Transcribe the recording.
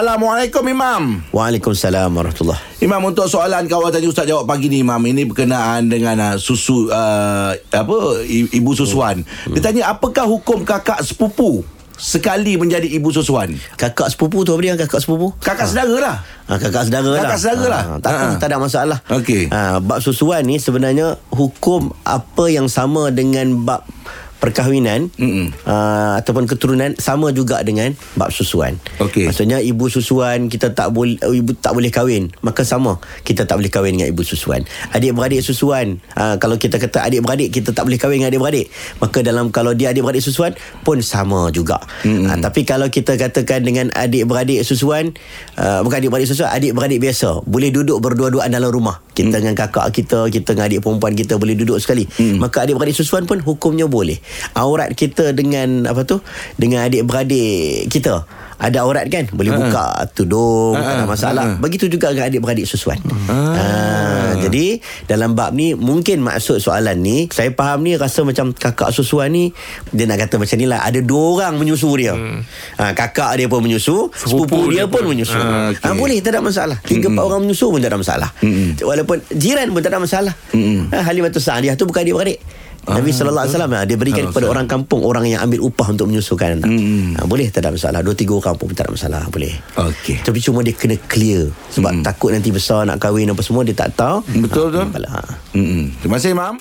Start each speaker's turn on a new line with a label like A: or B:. A: Assalamualaikum Imam
B: Waalaikumsalam warahmatullahi
A: Imam untuk soalan kawan tadi Ustaz jawab pagi ni Imam Ini berkenaan dengan uh, susu uh, apa i- Ibu susuan Dia tanya apakah hukum kakak sepupu Sekali menjadi ibu susuan
B: Kakak sepupu tu apa dia kakak sepupu?
A: Kakak sedara lah
B: Ha, kakak sedara lah.
A: Kakak sedara lah.
B: Ha, tak, apa,
A: Ha.
B: tak ada masalah.
A: Okey.
B: Ha, bab susuan ni sebenarnya hukum apa yang sama dengan bab perkahwinan uh, ataupun keturunan sama juga dengan bab susuan.
A: Okey.
B: Maksudnya ibu susuan kita tak boleh ibu tak boleh kahwin, maka sama kita tak boleh kahwin dengan ibu susuan. Adik-beradik susuan, uh, kalau kita kata adik-beradik kita tak boleh kahwin dengan adik-beradik, maka dalam kalau dia adik-beradik susuan pun sama juga. Mm-hmm. Uh, tapi kalau kita katakan dengan adik-beradik susuan, uh, bukan adik-beradik susuan, adik-beradik biasa, boleh duduk berdua-duaan dalam rumah. Kita dengan kakak kita, kita dengan adik perempuan kita boleh duduk sekali. Mm. Maka adik-beradik susuan pun hukumnya boleh. Aurat kita dengan apa tu? Dengan adik-beradik kita ada aurat kan boleh buka tudung tak ada masalah begitu juga dengan adik-beradik susuan ha jadi dalam bab ni mungkin maksud soalan ni saya faham ni rasa macam kakak susuan ni dia nak kata macam ni lah ada dua orang menyusu dia ha, kakak dia pun menyusu sepupu, dia, pun, menyusu
A: Ah, okey.
B: ha, boleh tak ada masalah tiga empat orang menyusu pun tak ada masalah walaupun jiran pun tak ada masalah ha, Halimatus Sa'diyah tu bukan adik-beradik Nabi sallallahu alaihi wasallam ha, dia berikan kepada orang kampung orang yang ambil upah untuk menyusukan anak. Hmm. Ha, boleh tak ada masalah. Dua tiga orang pun tak ada masalah, boleh.
A: Okey.
B: Tapi cuma dia kena clear sebab takut nanti besar nak kahwin apa semua dia tak tahu.
A: Mm. Betul, betul.
B: Ha, masalah.
A: Mm-mm. Terima kasih Imam